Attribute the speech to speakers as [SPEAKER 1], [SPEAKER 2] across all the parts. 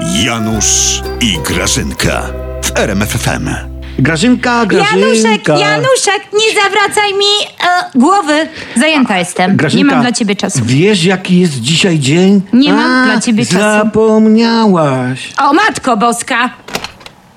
[SPEAKER 1] Janusz i Grażynka w RMFFM.
[SPEAKER 2] Grażynka, Grażynka.
[SPEAKER 3] Januszek, Januszek, nie zawracaj mi e, głowy. Zajęta jestem.
[SPEAKER 2] Grażynka,
[SPEAKER 3] Nie mam dla ciebie czasu.
[SPEAKER 2] Wiesz, jaki jest dzisiaj dzień?
[SPEAKER 3] Nie mam dla ciebie czasu.
[SPEAKER 2] Zapomniałaś.
[SPEAKER 3] O, matko boska!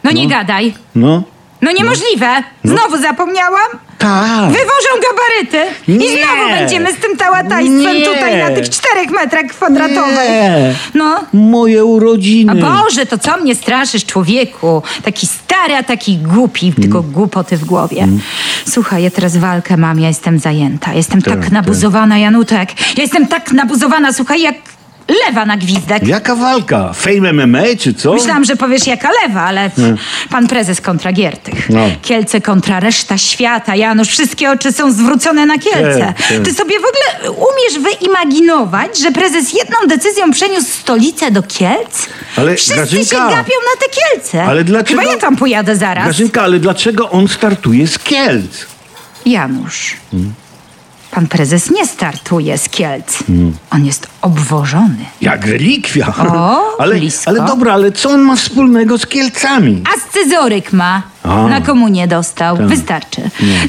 [SPEAKER 3] No nie gadaj.
[SPEAKER 2] No?
[SPEAKER 3] No niemożliwe. Znowu zapomniałam.
[SPEAKER 2] Tak.
[SPEAKER 3] Wywożą gabaryty.
[SPEAKER 2] Nie.
[SPEAKER 3] I znowu będziemy z tym tałataństwem
[SPEAKER 2] Nie.
[SPEAKER 3] tutaj na tych czterech metrach kwadratowych.
[SPEAKER 2] Nie.
[SPEAKER 3] No.
[SPEAKER 2] Moje urodziny.
[SPEAKER 3] A Boże, to co mnie straszysz, człowieku? Taki stary, a taki głupi, tylko głupoty w głowie. Słuchaj, ja teraz walkę mam, ja jestem zajęta. Jestem tak,
[SPEAKER 2] Tak,
[SPEAKER 3] nabuzowana, Janutek. Ja jestem tak nabuzowana, słuchaj, jak lewa na gwizdek.
[SPEAKER 2] Jaka walka? Fame MMA czy co?
[SPEAKER 3] Myślałam, że powiesz jaka lewa, ale pan prezes kontra Giertych.
[SPEAKER 2] No.
[SPEAKER 3] Kielce kontra reszta świata. Janusz, wszystkie oczy są zwrócone na Kielce.
[SPEAKER 2] Tak, tak.
[SPEAKER 3] Ty sobie w ogóle umiesz wyimaginować, że prezes jedną decyzją przeniósł stolicę do Kielc?
[SPEAKER 2] Ale,
[SPEAKER 3] Wszyscy się
[SPEAKER 2] Grażynka,
[SPEAKER 3] gapią na te Kielce.
[SPEAKER 2] ale dlaczego-
[SPEAKER 3] Chyba ja tam pojadę zaraz.
[SPEAKER 2] Grażynka, ale dlaczego on startuje z Kielc?
[SPEAKER 3] Janusz, pan prezes nie startuje z Kielc.
[SPEAKER 2] Mm.
[SPEAKER 3] On jest obwożony.
[SPEAKER 2] Jak relikwia.
[SPEAKER 3] O,
[SPEAKER 2] ale,
[SPEAKER 3] blisko.
[SPEAKER 2] ale dobra, ale co on ma wspólnego z Kielcami?
[SPEAKER 3] Ascyzoryk ma.
[SPEAKER 2] A. Tak.
[SPEAKER 3] Na komunię dostał. Wystarczy.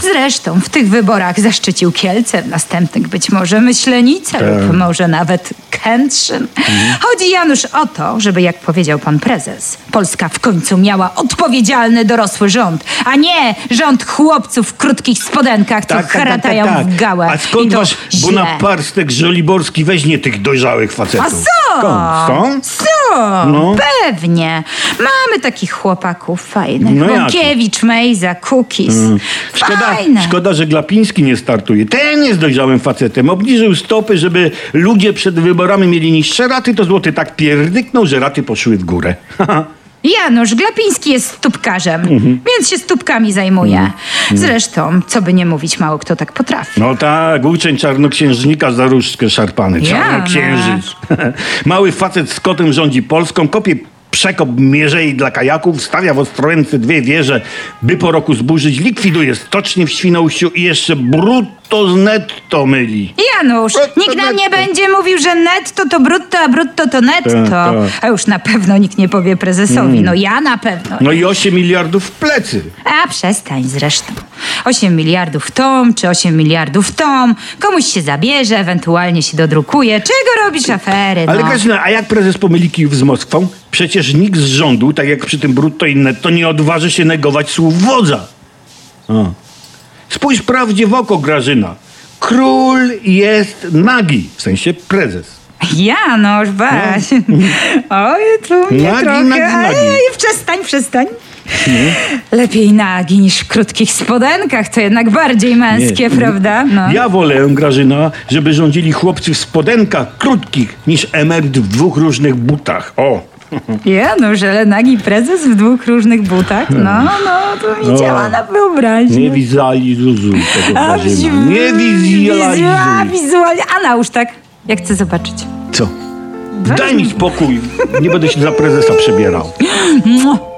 [SPEAKER 3] Zresztą w tych wyborach zaszczycił Kielce, w następnych być może Myślenicę
[SPEAKER 2] Tak.
[SPEAKER 3] lub może nawet Kętrzyn.
[SPEAKER 2] Mhm.
[SPEAKER 3] Chodzi Janusz o to, żeby jak powiedział pan prezes, Polska w końcu miała odpowiedzialny dorosły rząd, a nie rząd chłopców w krótkich spodenkach,
[SPEAKER 2] Tak,
[SPEAKER 3] co haratają w gałę.
[SPEAKER 2] A skąd
[SPEAKER 3] I to
[SPEAKER 2] masz
[SPEAKER 3] źle.
[SPEAKER 2] Bonaparstek Żoliborski weźmie tych dojrzałych facetów?
[SPEAKER 3] A co?
[SPEAKER 2] Skąd? Skąd?
[SPEAKER 3] Co?
[SPEAKER 2] No.
[SPEAKER 3] Pewnie. Mamy takich chłopaków fajnych.
[SPEAKER 2] No jak?
[SPEAKER 3] Bąkiewicz, Mejza, Kukis.
[SPEAKER 2] Szkoda,
[SPEAKER 3] Fajne.
[SPEAKER 2] szkoda, że Glapiński nie startuje. Ten jest dojrzałym facetem. Obniżył stopy, żeby ludzie przed wyborami mieli niższe raty, to złoty tak pierdyknął, że raty poszły w górę.
[SPEAKER 3] Janusz Glapiński jest stópkarzem,
[SPEAKER 2] Mhm.
[SPEAKER 3] więc się stópkami
[SPEAKER 2] Mm.
[SPEAKER 3] zajmuje. Zresztą, co by nie mówić, mało kto tak potrafi.
[SPEAKER 2] No tak, uczeń czarnoksiężnika za różdżkę szarpany.
[SPEAKER 3] Ja.
[SPEAKER 2] Czarnoksiężyc. Mały facet z kotem rządzi Polską, kopie przekop mierzei dla kajaków, stawia w Ostrołęce dwie wieże, by po roku zburzyć, likwiduje stocznie w Świnoujściu i jeszcze brutto z netto myli.
[SPEAKER 3] Janusz,
[SPEAKER 2] Brutto,
[SPEAKER 3] nikt nam nie
[SPEAKER 2] No, netto.
[SPEAKER 3] będzie mówił, że netto to brutto, a brutto to netto.
[SPEAKER 2] tak. Mm.
[SPEAKER 3] A już na pewno nikt nie powie prezesowi. No ja na pewno.
[SPEAKER 2] No i 8 miliardów w plecy.
[SPEAKER 3] A przestań zresztą. 8 miliardów w tom, czy 8 miliardów w tom. Komuś się zabierze, ewentualnie się dodrukuje. Czego robisz afery? No?
[SPEAKER 2] Ale Grażyna, a jak prezes pomyli kijów z Moskwą? Przecież nikt z rządu, tak jak przy tym brutto i netto, nie odważy się negować słów wodza. O. Spójrz prawdzie w oko, Grażyna. Król jest nagi, w sensie prezes.
[SPEAKER 3] Janusz, weź. no, Oj, tu mnie
[SPEAKER 2] No. Nagi,
[SPEAKER 3] trochę.
[SPEAKER 2] nagi, nagi.
[SPEAKER 3] Ej, przestań, przestań. Lepiej nagi niż w krótkich spodenkach. To jednak bardziej męskie,
[SPEAKER 2] Nie.
[SPEAKER 3] prawda? No.
[SPEAKER 2] Ja wolę, Grażyna, żeby rządzili chłopcy w spodenkach krótkich niż emeryt w dwóch różnych butach. O!
[SPEAKER 3] Janusz, ale no, nagi prezes w dwóch różnych butach. No, no, to mi
[SPEAKER 2] Hmm. No.
[SPEAKER 3] działa na wyobraźnię.
[SPEAKER 2] Nie wizualizuj tego,
[SPEAKER 3] A,
[SPEAKER 2] Grażyna.
[SPEAKER 3] wzi-
[SPEAKER 2] Nie
[SPEAKER 3] wizua-
[SPEAKER 2] wizualizuj.
[SPEAKER 3] wizuali- A nałóż tak. Ja chcę zobaczyć.
[SPEAKER 2] Co? Daj mi spokój. Nie będę się za prezesa przebierał.
[SPEAKER 3] Mua.